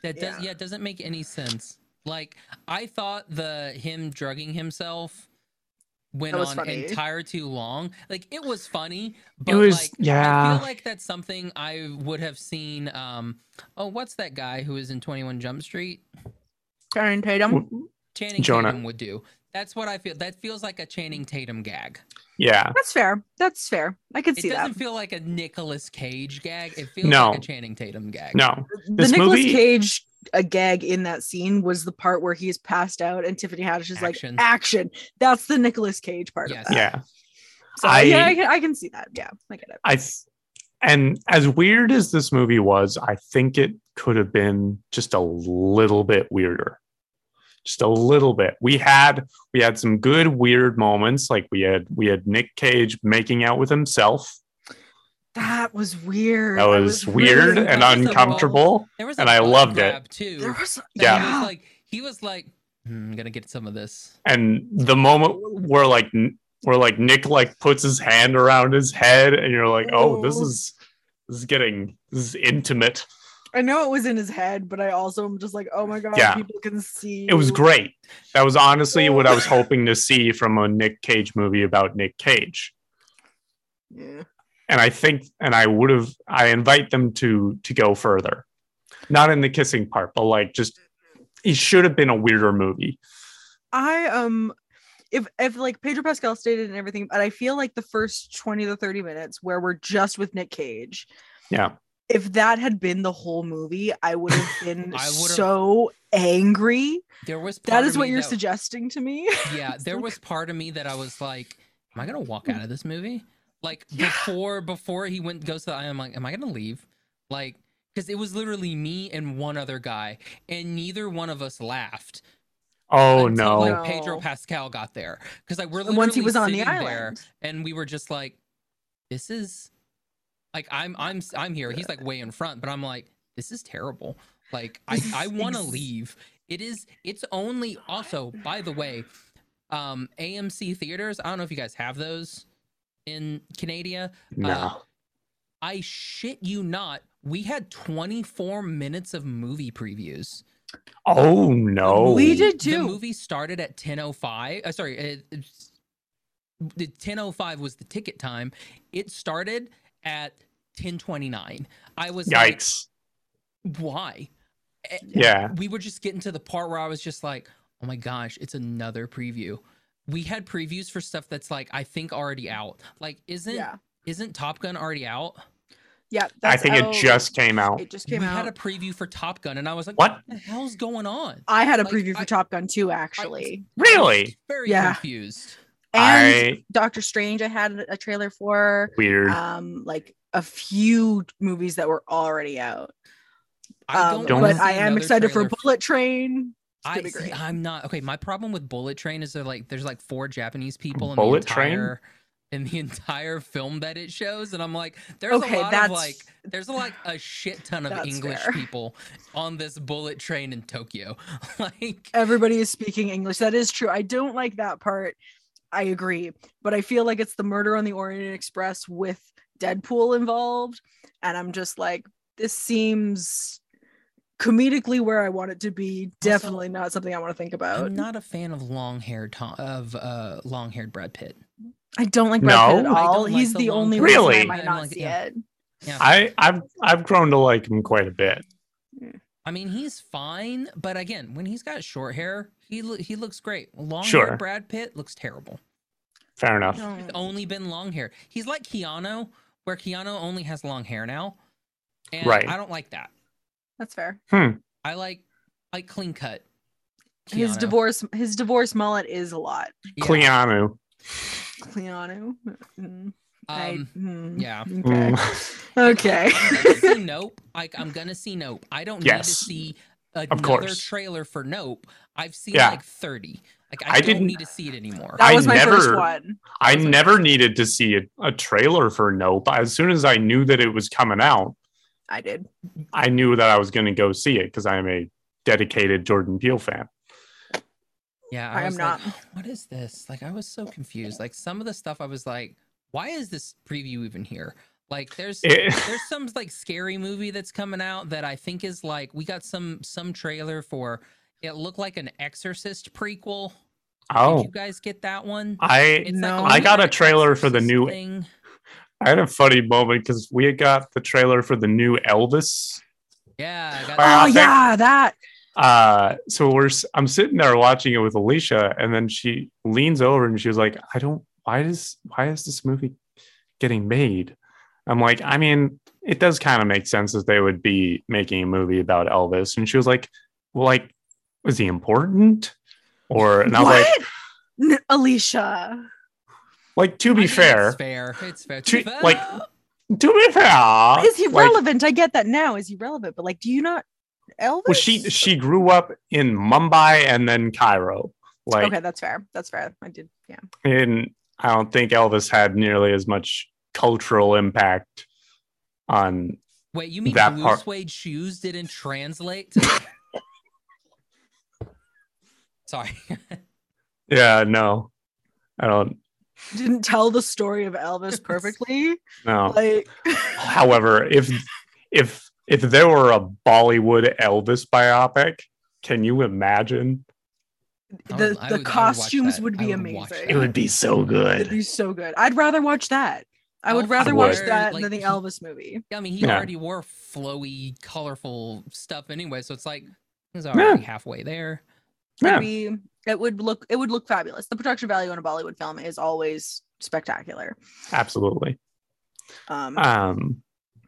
C: That does yeah. it doesn't make any sense. Like I thought the him drugging himself went
B: That was
C: on
B: funny.
C: entire too long. Like it was funny,
A: it
C: but
A: was
C: like I
A: yeah
C: feel like that's something I would have seen. Um, oh, what's that guy who is in Twenty One Jump Street?
B: Channing Tatum.
A: W-
C: Channing
A: Jonah.
C: Tatum would do. That's what I feel. That feels like a Channing Tatum gag.
A: yeah
B: That's fair. That's fair. I could
C: It
B: see
C: doesn't
B: that.
C: feel like a Nicolas Cage gag. It feels
A: No.
C: like a Channing Tatum gag.
A: no
B: The
A: this
B: Nicolas
A: movie-
B: Cage a gag in that scene was the part where he's passed out and Tiffany Haddish is
C: Action.
B: like action. That's the Nicolas Cage part
C: Yes.
B: of that.
A: yeah
B: So
A: I-
B: yeah, I can, I can see that. Yeah, I get it.
A: i th- and as weird as this movie was i think it could have been just a little bit weirder just a little bit we had we had some good weird moments like we had we had nick cage making out with himself
B: That was weird.
A: that
B: I
A: was
B: Mm, really
A: weird and
C: uncomfortable.
A: uncomfortable
C: There was
A: And
C: I
A: I loved it.
C: too.
B: There was
C: that
A: Yeah.
C: He
B: yeah.
C: was like he was like, "Hmm, I'm gonna get some of this.
A: and the moment where like n- where like Nick like puts his hand around his head and you're like, oh, this
B: Oh.
A: is this is getting this is intimate.
B: I know it was in his head, but I also am just like, oh my god,
A: Yeah.
B: people can see.
A: It was
B: you.
A: great. That was honestly what I was hoping to see from a Nick Cage movie about Nick Cage.
B: Yeah.
A: And I think and I would have I invite them to to go further. Not in the kissing part, but like just it should have been a weirder movie.
B: I um if if like Pedro Pascal stated and everything, but I feel like the first 20 to 30 minutes where we're just with Nick Cage,
A: Yeah.
B: if that had been the whole movie, I would have been
C: I would've-
B: so angry.
C: There was part
B: That is
C: of
B: what
C: me
B: you're
C: that-
B: suggesting to me.
C: Yeah, there was part of me that I was like, Am I gonna walk out of this movie? Like
B: Yeah.
C: before before he went goes to the I'm like, Am I gonna leave? Like because it was literally me and one other guy, and neither one of us laughed.
A: Oh
C: until,
A: no.
C: Like Pedro
B: No.
C: Pascal got there because like we're
B: Once he
C: literally
B: was on the
C: sitting there,
B: island.
C: and we were just like this is like i'm i'm i'm here he's like way in front but i'm like this is terrible like i
B: This
C: i
B: is
C: want to
B: ex-
C: leave it is it's only also by the way um amc theaters i don't know if you guys have those in canada
B: uh,
A: No.
C: i shit you not we had 24 minutes of movie previews
A: Oh no.
B: We did
C: the
B: too.
C: movie started at 10.05 uh, sorry it, it's- the 10.05 was the ticket time it started at 10.29 i was like
A: Yikes.
C: why Eh,
A: Yeah.
C: we were just getting to the part where i was just like oh my gosh it's another preview we had previews for stuff that's like i think already out like isn't
B: Yeah.
C: isn't top gun already out
B: Yeah.
A: I
B: that's
A: think it
B: out.
A: just came out.
B: it just came
C: we
B: out.
C: had a preview for top gun and i was like
A: What?
C: the hell's going on
B: I had a
C: like,
B: preview for
C: I-
B: Top Gun too, actually.
A: Really?
C: very
B: Yeah.
C: confused
B: and
A: I
B: Doctor Strange, I had a trailer for.
A: weird.
B: um like a few movies that were already out.
C: I
B: Um,
A: don't
C: wanna
B: but
C: see
B: I am
C: another
B: excited for
C: trailer
B: Bullet Train. gonna
C: I
B: be
C: see,
B: great.
C: I'm not okay. My problem with Bullet Train is there like there's like four Japanese people in
A: Bullet
C: the
A: Train?
C: entire in the entire film that it shows, and I'm like, there's
B: okay,
C: a lot
B: that's
C: of like there's like a shit ton of
B: That's
C: English
B: fair.
C: people on this bullet train in Tokyo. like
B: everybody is speaking English. That is true. I don't like that part. I agree, but I feel like it's the Murder on the Orient Express with Deadpool involved, and I'm just like, this seems comedically where I want it to be. Definitely not something I want to think about.
C: I'm not a fan of long haired Tom of uh long haired Brad Pitt.
B: I don't like Brad Pitt
A: No?
B: at
C: I don't
B: all.
C: like
B: He's
C: the
B: the,
C: long
B: only
A: hair.
B: reason I
A: Really?
B: might
C: I'm
B: not
C: like,
B: see
C: yeah.
B: it.
C: Yeah.
A: I I've I've grown to like him quite a bit.
C: I mean, he's fine, but again, when he's got short hair, he lo- he looks great. Long hair
A: Sure.
C: Brad Pitt looks terrible.
A: Fair enough.
C: He's
B: Oh.
C: only been long hair. He's like Keanu, where Keanu only has long hair now. And
A: Right.
C: I don't like that.
B: That's fair.
C: I like like clean cut.
B: His
C: Keanu.
B: divorce, his divorce mullet is a lot.
C: Yeah. um,
A: Cleanu.
B: Keanu. Mm, I-
C: Um,
B: mm,
C: yeah.
B: Okay.
A: Mm.
B: Okay.
C: I'm gonna see Nope. Like I'm gonna see Nope. I don't need
A: Yes.
C: to see another
A: course.
C: trailer for Nope. I've seen
A: Yeah.
C: like 30. Like
A: I
C: I, don't
A: didn't-
C: need to see it anymore.
B: That
A: I
B: was my first
A: never-
B: one.
A: I
B: was my
A: never
B: first.
A: needed to see a, a trailer for Nope. As soon as I knew that it was coming out,
B: I did.
A: I knew that I was going to go see it because I am a dedicated Jordan Peele fan.
C: yeah,
B: I am
C: was like,
B: not.
C: what is this? Like I was so confused. Like some of the stuff I was like, why is this preview even here? Like there's
A: It,
C: there's some like scary movie that's coming out that I think is like we got some some trailer for it looked like an exorcist prequel. Did
A: oh,
C: you guys get that one?
A: I
B: No.
A: I
C: weird
A: got a trailer for the
C: Exorcist
A: new-
C: thing.
A: I had a funny moment because we had got the trailer for the new Elvis.
C: Yeah, I got
A: Wow.
B: Oh
A: thank-
B: yeah, that.
A: Uh, so we're s- I'm sitting there watching it with Alicia, and then she leans over and she was like, "I don't. Why does why is this movie getting made?" I'm like, I mean, it does kind of make sense that they would be making a movie about Elvis, and she was like, "Well, like, was he important?" Or and I was
B: what?
A: like,
B: N- Alicia.
A: like to be
C: I mean,
A: fair,
C: It's fair. It's fair.
A: To-
C: fair.
A: like, to be
C: Uh,
A: fair,
B: Is he
A: like,
B: relevant? I get that now. Is he relevant? But like, do you not Elvis?
A: Well, she she grew up in Mumbai and then Cairo. Like,
B: okay, that's fair. That's fair. I did. Yeah.
A: and I don't think Elvis had nearly as much cultural impact on.
C: wait, you mean
A: that
C: blue
A: part-
C: suede shoes didn't translate? to- Sorry.
A: Yeah, no, I don't
B: Didn't tell the story of Elvis perfectly.
C: Oh.
A: know.
B: like,
A: However, if if if there were a Bollywood Elvis biopic, can you imagine?
B: the
C: I would- I
B: the
C: would- I would watch
B: costumes
C: that.
B: would
C: I
B: be
C: would watch
B: amazing.
C: that. It would
A: be so
B: It'd be so good. I'd rather watch that. I would
C: Elvis
B: rather
A: would.
B: watch that
C: Oh, Like,
B: than the
C: he-
B: Elvis movie.
C: I mean, he
A: Yeah.
C: already wore flowy, colorful stuff anyway, so it's like he's
A: Yeah.
C: already halfway there.
A: Yeah.
B: It'd be, it would look it would look fabulous. The production value on a Bollywood film is always spectacular.
A: Absolutely.
B: Um,
C: Uh,
A: Um,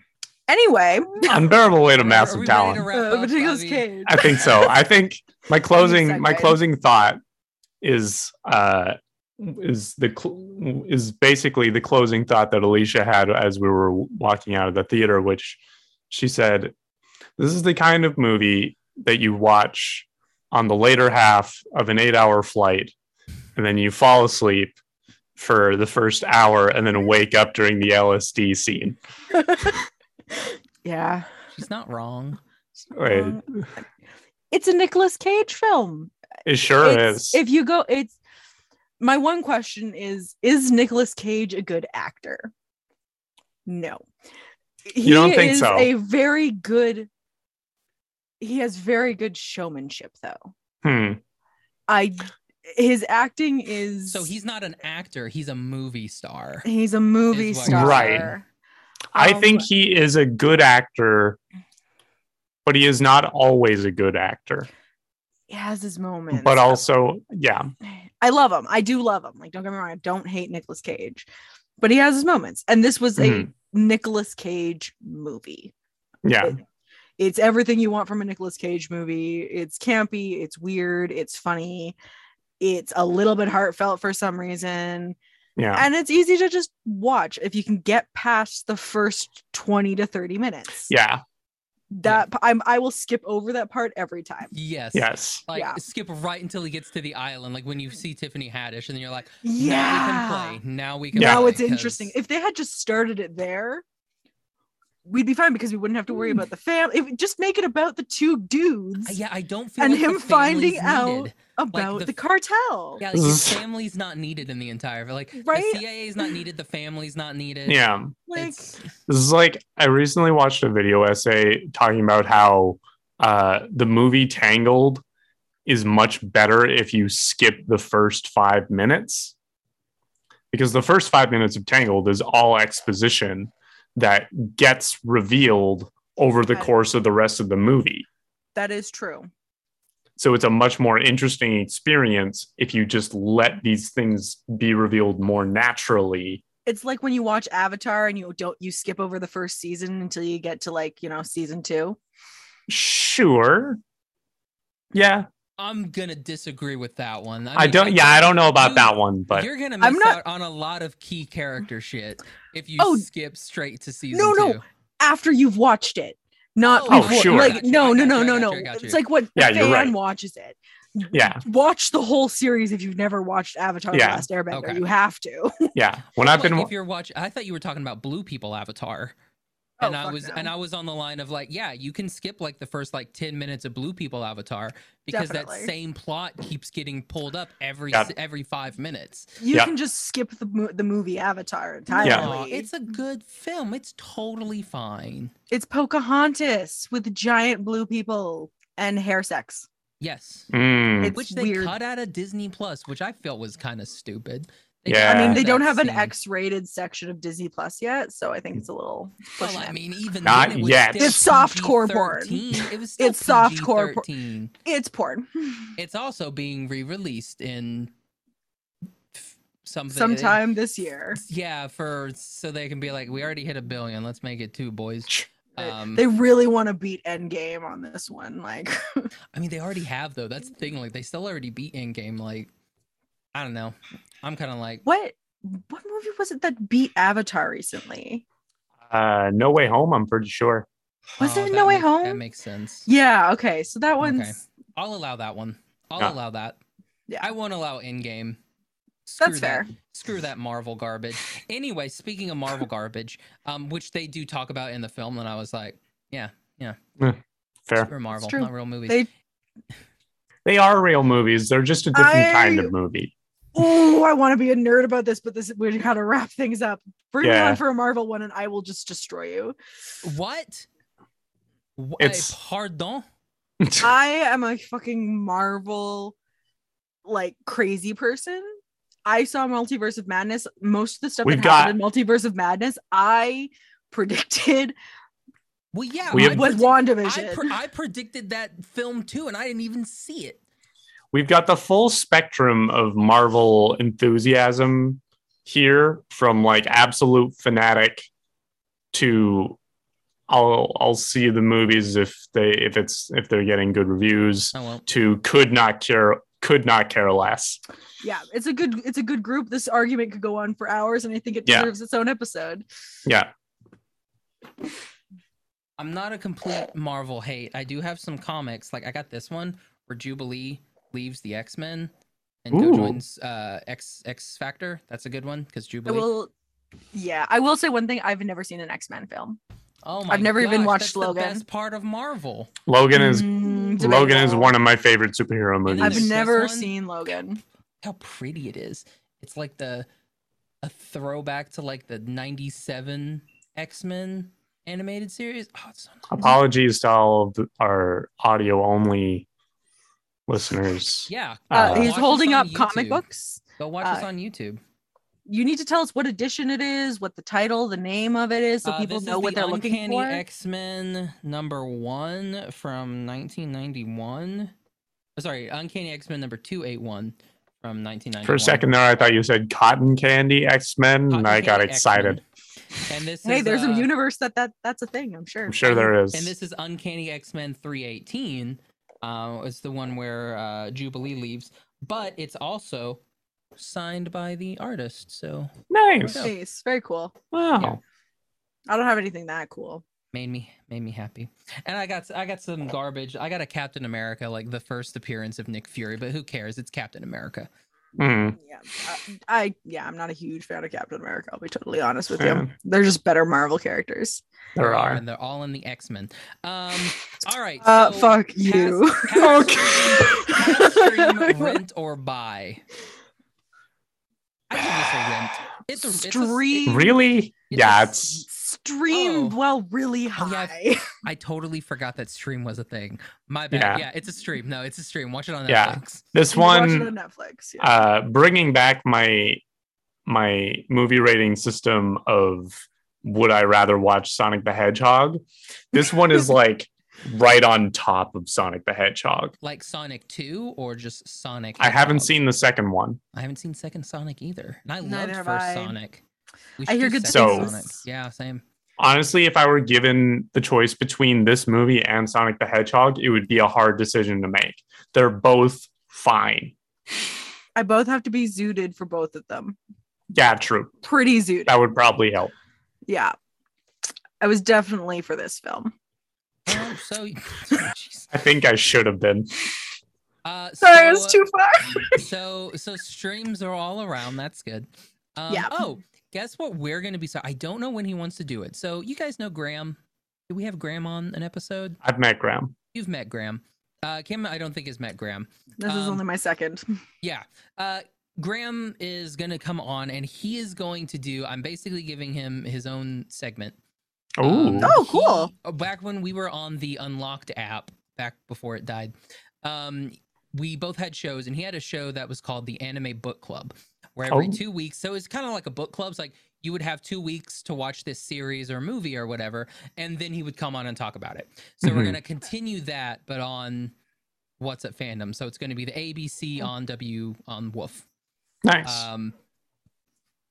B: anyway,
A: unbearable weight of
C: Are- are
A: massive
C: we ready to
A: talent.
C: wrap
B: uh,
C: up,
B: Nicolas
C: Bobby?
B: Cage.
A: I think so. I think my closing my
B: segue.
A: closing thought is uh is the cl- is basically the closing thought that Alicia had as we were walking out of the theater, which she said, "This is the kind of movie that you watch on the later half of an eight-hour flight, and then you fall asleep." For the first hour, and then wake up during the LSD scene.
B: Yeah.
C: She's not wrong.
A: Wait,
B: Uh, it's a Nicolas Cage film.
A: it sure
B: It's-
A: is.
B: If you go, it's my one question is is Nicolas Cage a good actor? No. He
A: don't think
B: is
A: so?
B: a very good he has very good showmanship though.
A: hmm.
B: I his acting is
C: So he's not an actor; he's a movie star.
B: he's a movie
C: is what
B: star.
A: you're saying. Right. I
B: Um,
A: think he is a good actor, but he is not always a good actor.
B: he has his moments.
A: But also, yeah,
B: I love him. I do love him. Like, don't get me wrong. I don't hate Nicolas Cage, but he has his moments. And this was a
A: Mhm.
B: Nicolas Cage movie.
A: yeah,
B: It's everything you want from a Nicolas Cage movie. It's campy, it's weird, it's funny, it's a little bit heartfelt for some reason.
A: yeah,
B: And it's easy to just watch if you can get past the first 20 to 30 minutes.
A: yeah.
B: that p- I'm I will skip over that part every time.
C: Yes.
A: Yes.
C: Like
B: Yeah.
C: skip right until he gets to the island, like when you see Tiffany Haddish, and then you're like, now we
B: Yeah.
C: can play. Now we can.
A: Yeah.
B: Now
C: play,"
B: it's interesting.
C: 'cause-
B: If they had just started it there, we'd be fine because we wouldn't have to worry about the family. If just make it about the two dudes
C: Mm. yeah, I don't feel
B: And
C: like the
B: him finding
C: family's
B: out-
C: needed.
B: about
C: the
B: the,
C: f-
B: cartel.
C: Yeah, like his family's not needed in the entire. Like
B: Right?
C: the CIA's not needed. The family's not needed.
A: Yeah.
B: Like
C: It's-
A: This is like I recently watched a video essay talking about how uh, the movie Tangled is much better if you skip the first five minutes because the first five minutes of Tangled is all exposition that gets revealed over the
B: Right.
A: course of the rest of the movie.
B: that is true.
A: So it's a much more interesting experience if you just let these things be revealed more naturally.
B: It's like when you watch Avatar and you don't you skip over the first season until you get to like, you know, season 2.
A: Sure. Yeah,
C: I'm gonna disagree with that one.
A: I
C: mean,
A: don't. Yeah, I don't know about
C: you-
A: that one, but
C: you're gonna miss
B: I'm not-
C: out on a lot of key character shit if you
B: Oh.
C: skip straight to season
B: No, no.
C: two.
B: after you've watched it. Not
A: Oh,
B: before.
A: sure.
B: Like
C: Gotcha,
B: no,
C: I
B: no,
C: gotcha,
B: no,
C: I
B: no, no.
C: gotcha, I gotcha.
B: It's like what
A: Yeah,
B: a
A: you're
B: fan
A: right.
B: watches it.
A: yeah,
B: Watch the whole series if you've never watched Avatar:
A: Yeah.
B: The Last Airbender.
C: Okay.
B: You have
C: Oh,
B: to.
A: yeah. When I've
C: Like,
A: been,
C: if you're watching, I thought you were talking about Blue People Avatar.
B: Oh,
C: and I
B: fuck
C: was
B: no.
C: and I was on the line of like, yeah, you can skip like the first like ten minutes of Blue People Avatar because that
B: Definitely.
C: same plot keeps getting pulled up every
A: Yeah.
C: s- every five minutes.
B: You
A: Yeah.
B: can just skip the mo- the movie Avatar
C: No,
B: entirely.
C: it's a good film. It's totally fine.
B: It's Pocahontas with giant blue people and hair sex.
C: Yes,
A: Mm,
B: It's
C: which they
B: weird.
C: cut out of Disney Plus, which I felt was kind of stupid.
A: Yeah.
B: I mean,
C: cut
B: they
C: that
B: don't have an
C: scene.
B: X-rated section of Disney Plus yet, so I think it's a little.
C: Well,
B: pushing
C: I
B: it.
C: mean, even
A: Not
C: then, it was
A: yet.
C: still
B: It's softcore porn.
C: PG-13. It was still
B: It's softcore porn.
C: PG-13.
B: it's porn.
C: It's also being re-released in f- something.
B: Sometime this year,
C: Yeah, for so they can be like, we already hit a billion. Let's make it two, boys.
B: They-
C: Um,
B: they really want to beat Endgame on this one. Like,
C: I mean, they already have though. That's the thing. Like, they still already beat Endgame. Like, I don't know. I'm kind of like,
B: what what movie was it that beat Avatar recently?
A: uh, No Way Home. I'm pretty sure.
B: Was
C: oh,
B: it
C: that
B: No Way
C: makes- That
B: Home?
C: makes sense.
B: Yeah. Okay. So that one's
C: I'll allow that one. I'll
A: Yeah.
C: allow that.
B: Yeah.
C: I won't allow Endgame. Screw
B: that's
C: that.
B: fair.
C: Screw that Marvel garbage. Anyway, speaking of Marvel garbage, um, which they do talk about in the film, and I was like,
A: Fair.
C: screw Marvel,
B: true.
C: not real movies.
B: They.
A: They are real movies. They're just a different
B: I-
A: kind of movie.
B: Oh, I want to be a nerd about this, but this we got to wrap things up. Bring me
A: Yeah.
B: on for a Marvel one, and I will just destroy you.
C: What? Wh-
A: It's-
C: pardon.
B: I am a fucking Marvel like crazy person. I saw Multiverse of Madness. Most of the stuff
A: We've
B: that happened in Multiverse of Madness, I predicted
C: Well, yeah,
A: We have-
C: I,
B: was
C: predict-
B: WandaVision.
C: I, pre- I predicted that film too, and I didn't even see it.
A: We've got the full spectrum of Marvel enthusiasm here, from like absolute fanatic to I'll I'll see the movies if they if it's if they're getting good reviews
C: Oh well.
A: to could not care could not care less.
B: yeah, it's a good it's a good group. This argument could go on for hours, and I think it
A: Yeah.
B: deserves its own episode.
A: Yeah.
C: I'm not a complete Marvel hate. I do have some comics. Like I got this one where Jubilee leaves the X Men and
A: Ooh.
C: go joins uh, X X Factor. That's a good one because
B: I
C: Jubilee.
B: will. Yeah, I will say one thing: I've never seen an X Men film.
C: oh my!
B: I've never even
C: gosh,
B: watched
C: that's
B: Logan.
C: The best part of Marvel.
A: Logan is
B: Mm,
A: Logan is
B: debatable.
A: one of my favorite superhero
C: And
A: movies.
B: I've
C: This
B: never
C: one?
B: seen Logan.
C: How pretty it is! It's like the a throwback to like the '97 X Men animated series. Oh, it's so nice.
A: Apologies to all of the- our audio only listeners.
C: Yeah,
B: Uh,
A: Uh,
B: he's
C: watch us
B: holding
C: on
B: up comic
C: YouTube.
B: books.
C: Go watch us
B: Uh,
C: on YouTube.
B: You need to tell us what edition it is, what the title, the name of it is, so
C: Uh,
B: people
C: this
B: know
C: is
B: what
C: the
B: they're looking
C: Uncanny
B: for.
C: X Men number one from 1991. Uh, Sorry, Uncanny X Men number 281 from 1991.
A: For a second there, I thought you said cotton candy X Men,
C: Cotton
A: and I got
C: Candy
A: excited.
C: X-Men. And this
B: hey,
C: is,
B: there's
C: uh,
B: a universe that that that's a thing. I'm sure.
A: I'm sure there is.
C: And this is Uncanny X Men 318. Uh, it's the one where uh, Jubilee leaves, but it's also signed by the artist. So
A: nice.
C: Yeah.
B: Nice, very cool.
A: Wow.
C: Yeah.
B: I don't have anything that cool.
C: made me made me happy. And I got I got some garbage. I got a Captain America like the first appearance of Nick Fury, but who cares? It's Captain America.
A: Mm.
B: Yeah, I, I yeah, I'm not a huge fan of Captain America. I'll be totally honest with
A: Yeah.
B: you. They're just better Marvel characters.
A: There are.
C: Um, And they're all in the X-Men. Um all right.
B: Uh,
C: so
B: fuck
C: has-
B: you.
C: has stream,
B: Okay.
C: rent or buy? I think it's a rent. It's a it's a-
B: Stream.
A: Really?
C: Yes.
A: Yeah, it's
B: Stream
C: Oh.
B: well, really
C: Oh, yeah.
B: high.
C: I totally forgot that stream was a thing. My bad. Yeah,
A: Yeah.
C: it's a stream. No, it's a stream. Watch it on
A: Yeah.
C: Netflix.
A: this
B: You watch it
A: one.
B: on Netflix. Yeah.
A: uh, bringing back my my movie rating system of would I rather watch Sonic the Hedgehog? This one is like right on top of Sonic the Hedgehog.
C: Like Sonic 2 or just Sonic?
A: I haven't
C: Hedgehog?
A: seen the second one.
C: I haven't seen Second Sonic either. And I
B: Neither
C: loved
B: have
C: First
B: I.
C: Sonic. We
B: I
C: should
B: hear
C: do
B: good
C: Second
A: things.
C: Sonic. Yeah, same.
A: Honestly, if I were given the choice between this movie and Sonic the Hedgehog, it would be a hard decision to make. They're both fine.
B: I both have to be zooted for both of them.
A: Yeah, true.
B: Pretty zooted.
A: That would probably help.
B: yeah. I was definitely for this film.
C: Um, so, jeez.
A: I think I should have been.
C: uh,
B: Sorry, it
C: so, uh,
B: was too far.
C: so so streams are all around. That's good. Um,
B: Yeah.
C: Oh, guess what? We're gonna be. So I don't know when he wants to do it. So you guys know Graham. Did we have Graham on an episode?
A: I've met Graham.
C: You've met Graham. Uh, Kim, I don't think has met Graham.
B: This is
C: Um,
B: only my second.
C: Yeah. Uh, Graham is going to come on and he is going to do, I'm basically giving him his own segment.
A: Ooh.
B: Oh. cool.
C: he- uh, back when we were on the Unlocked app, back before it died, um, we both had shows and he had a show that was called the Anime Book Club, where every
A: Oh.
C: two weeks, so it's kind of like a book club. It's like you would have two weeks to watch this series or movie or whatever, and then he would come on and talk about it. So we're
A: Mhm.
C: going to continue that, but on What's at Fandom. So it's going to be the ABC
A: Oh.
C: on W on Wolf.
A: nice.
C: Um,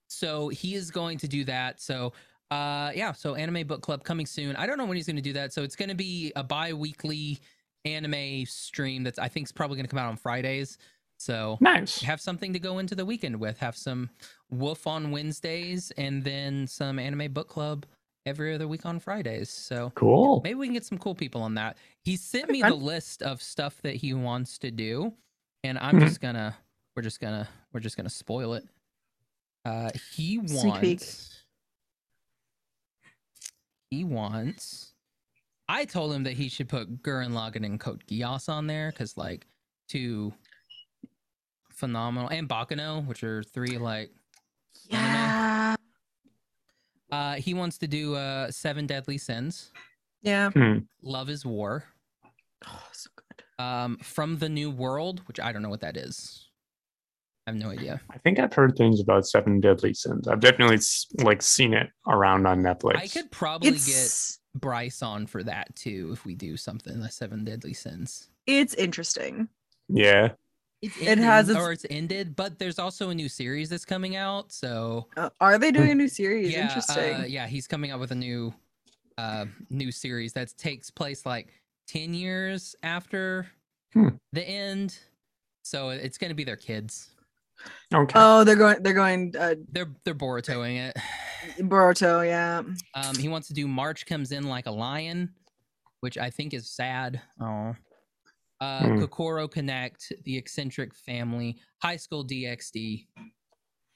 C: so he is going to do that. So uh, yeah, so anime book club coming soon. I don't know when he's going to do that. So it's going to be a bi-weekly anime stream that's I think is probably going to come out on Fridays. So
A: nice.
C: have something to go into the weekend with. Have some Wolf on Wednesdays and then some anime book club every other week on Fridays. So
A: Cool.
C: maybe we can get some cool people on that. He sent
B: That'd
C: me
B: be
C: the
B: fun.
C: list of stuff that he wants to do, and I'm
B: Mm-hmm.
A: Mhm.
C: just gonna we're just gonna we're just gonna spoil it. Uh, he
B: Sneak peek.
C: wants. He wants. I told him that he should put Gurren Lagann and Code Geass on there because like two phenomenal and Bakano, which are three like
B: Yeah.
C: uh he wants to do uh Seven Deadly Sins,
B: Yeah.
A: Hmm.
C: Love is War,
B: Oh, so good.
C: um, from the New World, which I don't know what that is. I have no idea.
A: I think I've heard things about Seven Deadly Sins. I've definitely s- like seen it around on Netflix.
C: I could probably
B: It's
C: get Bryce on for that too if we do something the Seven Deadly Sins.
B: it's interesting.
A: yeah.
C: It's
B: It has
C: ending,
B: its-
C: or it's ended, but there's also a new series that's coming out. So
B: Uh, are they doing a new series?
C: yeah,
B: interesting.
C: uh, yeah, he's coming out with a new, uh, new series that takes place like ten years after
A: Hmm.
C: the end. So it's gonna be their kids.
A: Okay.
B: Oh, they're going. They're going. Uh,
C: They're they're Borutoing it.
B: Boruto. Yeah.
C: Um, he wants to do March comes in like a lion, which I think is sad. Oh. Uh,
A: Hmm.
C: Kokoro Connect, The Eccentric Family, High School DxD,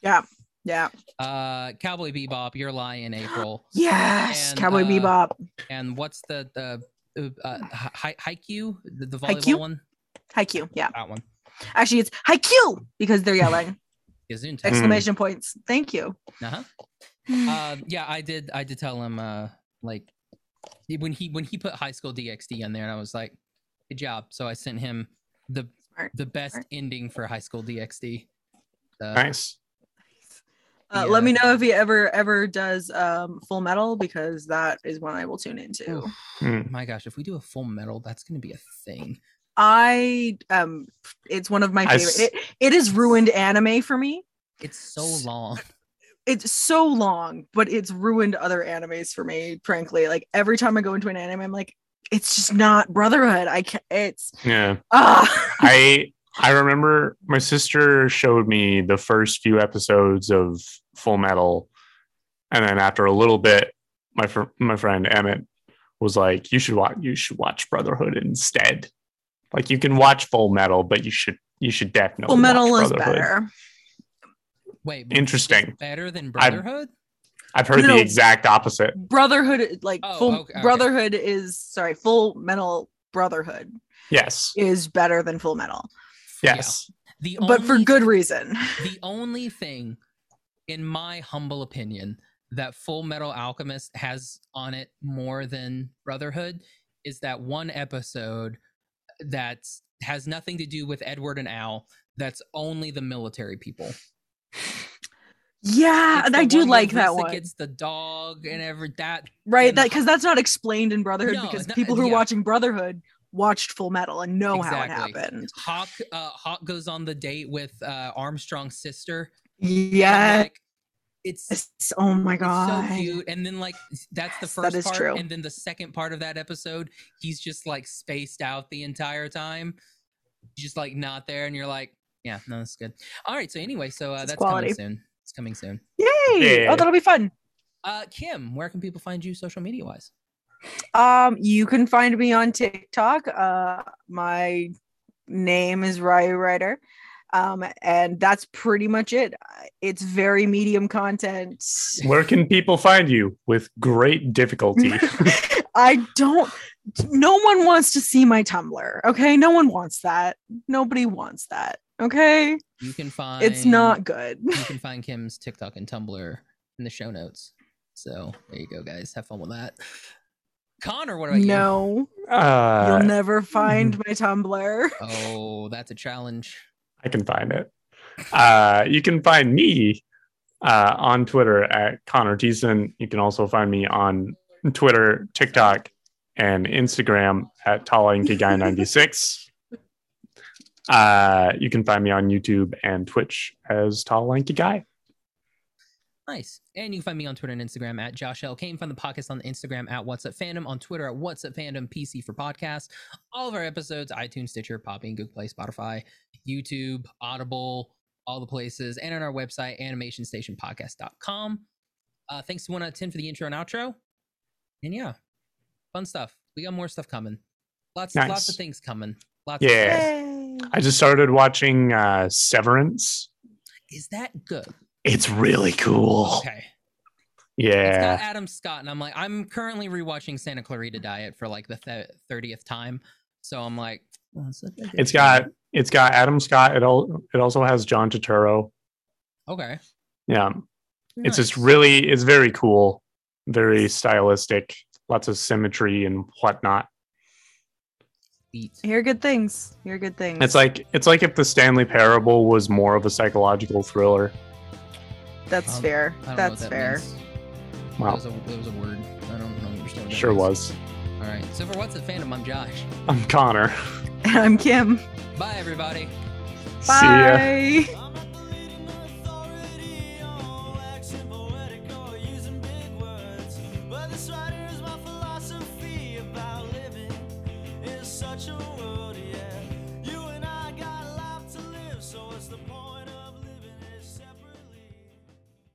B: Yeah.
C: uh, Cowboy Bebop, Your Lie in April,
B: Yes.
C: And,
B: Cowboy
C: uh,
B: Bebop.
C: and what's the the uh, uh, Hi- Haikyuu, the, the volleyball
B: Haikyuu?
C: one?
B: Haikyuu. Yeah.
C: That one.
B: Actually, it's Haikyuu because they're yelling.
C: Gesundheit.
A: Ex-
B: Exclamation points. Thank you.
C: Uh-huh. Uh, yeah, I did. I did tell him uh, like when he when he put High School DxD on there, and I was like, "Good job." So I sent him the
B: Smart,
C: the best
B: smart.
C: ending for High School DxD. Uh,
A: nice.
B: Uh, Let
C: yeah.
B: me know if he ever ever does um, Full Metal because that is one I will tune into.
C: Oof.
A: Hmm.
C: My gosh, if we do a Full Metal, that's gonna be a thing.
B: I um, it's one of my
A: I
B: favorite.
A: s-
B: It, it has ruined anime for me.
C: It's so
B: S-
C: long.
B: it's so long, but it's ruined other animes for me, frankly. Like every time I go into an anime, I'm like, it's just not Brotherhood. I can't, it's
A: Yeah.
B: ah,
A: I I remember my sister showed me the first few episodes of Full Metal, and then after a little bit, my fr- my friend Emmett was like, you should watch you should watch Brotherhood instead. Like you can watch Full Metal, but you should you should definitely
B: Full Metal
A: watch
B: is
A: Brotherhood.
B: better.
C: Wait, but
A: Interesting.
C: better than
A: I-
C: Brotherhood?
A: I've heard
B: No,
A: the
B: no.
A: exact opposite.
B: Brotherhood, like
C: Oh,
B: Full
C: okay, okay.
B: Brotherhood is sorry, Full Metal Brotherhood
A: Yes.
B: is better than Full Metal,
A: Yes.
C: The
B: but for
C: only-
B: good reason.
C: The only thing, in my humble opinion, that Full Metal Alchemist has on it more than Brotherhood is that one episode that has nothing to do with Edward and Al. That's only the military people.
B: Yeah,
C: It's
B: and
C: the
B: Uh, I do
C: one where
B: like that
C: Lisa
B: one,
C: Gets the dog and every that.
B: right?
C: and-
B: That because that's not explained in Brotherhood
C: No,
B: because
C: it's not-
B: people who are
C: yeah.
B: watching Brotherhood watched Full Metal and know how it
C: Exactly.
B: happened.
C: Hawk uh, Hawk goes on the date with uh, Armstrong's sister.
B: Yes.
C: Like, it's
B: It's- oh my god.
C: It's so cute. And then like that's the
B: Yes, that
C: first
B: is
C: part.
B: true.
C: And then the second part of that episode, he's just like spaced out the entire time. Just like not there. And you're like, yeah, no, that's good. All right. So anyway, so uh,
B: It's
C: that's
B: quality.
C: coming soon. It's coming soon.
B: Yay!
A: Yeah.
B: Oh, that'll be fun.
C: Uh Kim, where can people find you social media wise?
B: Um, you can find me on TikTok. Uh, my name is Ryu Writer. Um, and that's pretty much it. Uh, It's very medium content.
A: Where can people find you? With great difficulty.
B: I don't. No one wants to see my Tumblr. Okay, no one wants that. Nobody wants that. Okay,
C: You can find
B: it's not good.
C: you can find Kim's TikTok and Tumblr in the show notes. So there you go, guys. Have fun with that. Connor, what about you?
B: No,
A: Uh,
B: you'll never find my Tumblr.
C: Oh, that's a challenge.
A: I can find it. Uh, you can find me uh, on Twitter at Connor Deason. You can also find me on Twitter, TikTok, and Instagram at TallLankyGuy96. uh, you can find me on YouTube and Twitch as Tall Lanky Guy.
C: Nice. And you can find me on Twitter and Instagram at Josh L. Kane. Find the podcast on Instagram at What's Up Fandom, on Twitter at What's Up Fandom, PC for podcasts. All of our episodes, iTunes, Stitcher, Podbean, Google Play, Spotify, YouTube, Audible, all the places, and on our website, animationstationpodcast.com. Uh, thanks to 1 out of 10 for the intro and outro. And yeah, fun stuff. We got more stuff coming. Lots, lots of
A: Nice.
C: things coming. Lots of
A: Yeah.
C: stuff.
B: Yay.
A: I just started watching uh, Severance.
C: Is that good?
A: It's really cool.
C: Okay. It's got
A: Yeah.
C: Adam Scott, and I'm like, I'm currently rewatching Santa Clarita Diet for like the th- 30th time. So I'm like, "Oh, it's, such a good
A: It's got
C: show."
A: it's got Adam Scott. It all it also has John Turturro.
C: okay.
A: Yeah. it's just
C: Nice.
A: really it's very cool very stylistic lots of symmetry and whatnot
C: Sweet.
B: Hear good things. Hear good things.
A: it's like it's like if the stanley parable was more of a psychological thriller
B: That's
C: Um,
B: fair.
C: I don't know what
B: That's
C: that
B: fair.
C: means. That
A: wow
C: was, a, that was a word. I don't know. Understand what that
A: sure
C: means.
A: was
C: All right. So for what's a fandom, I'm Josh.
A: i'm connor
B: I'm Kim.
C: Bye, everybody.
A: see ya
B: Bye.
C: Bye.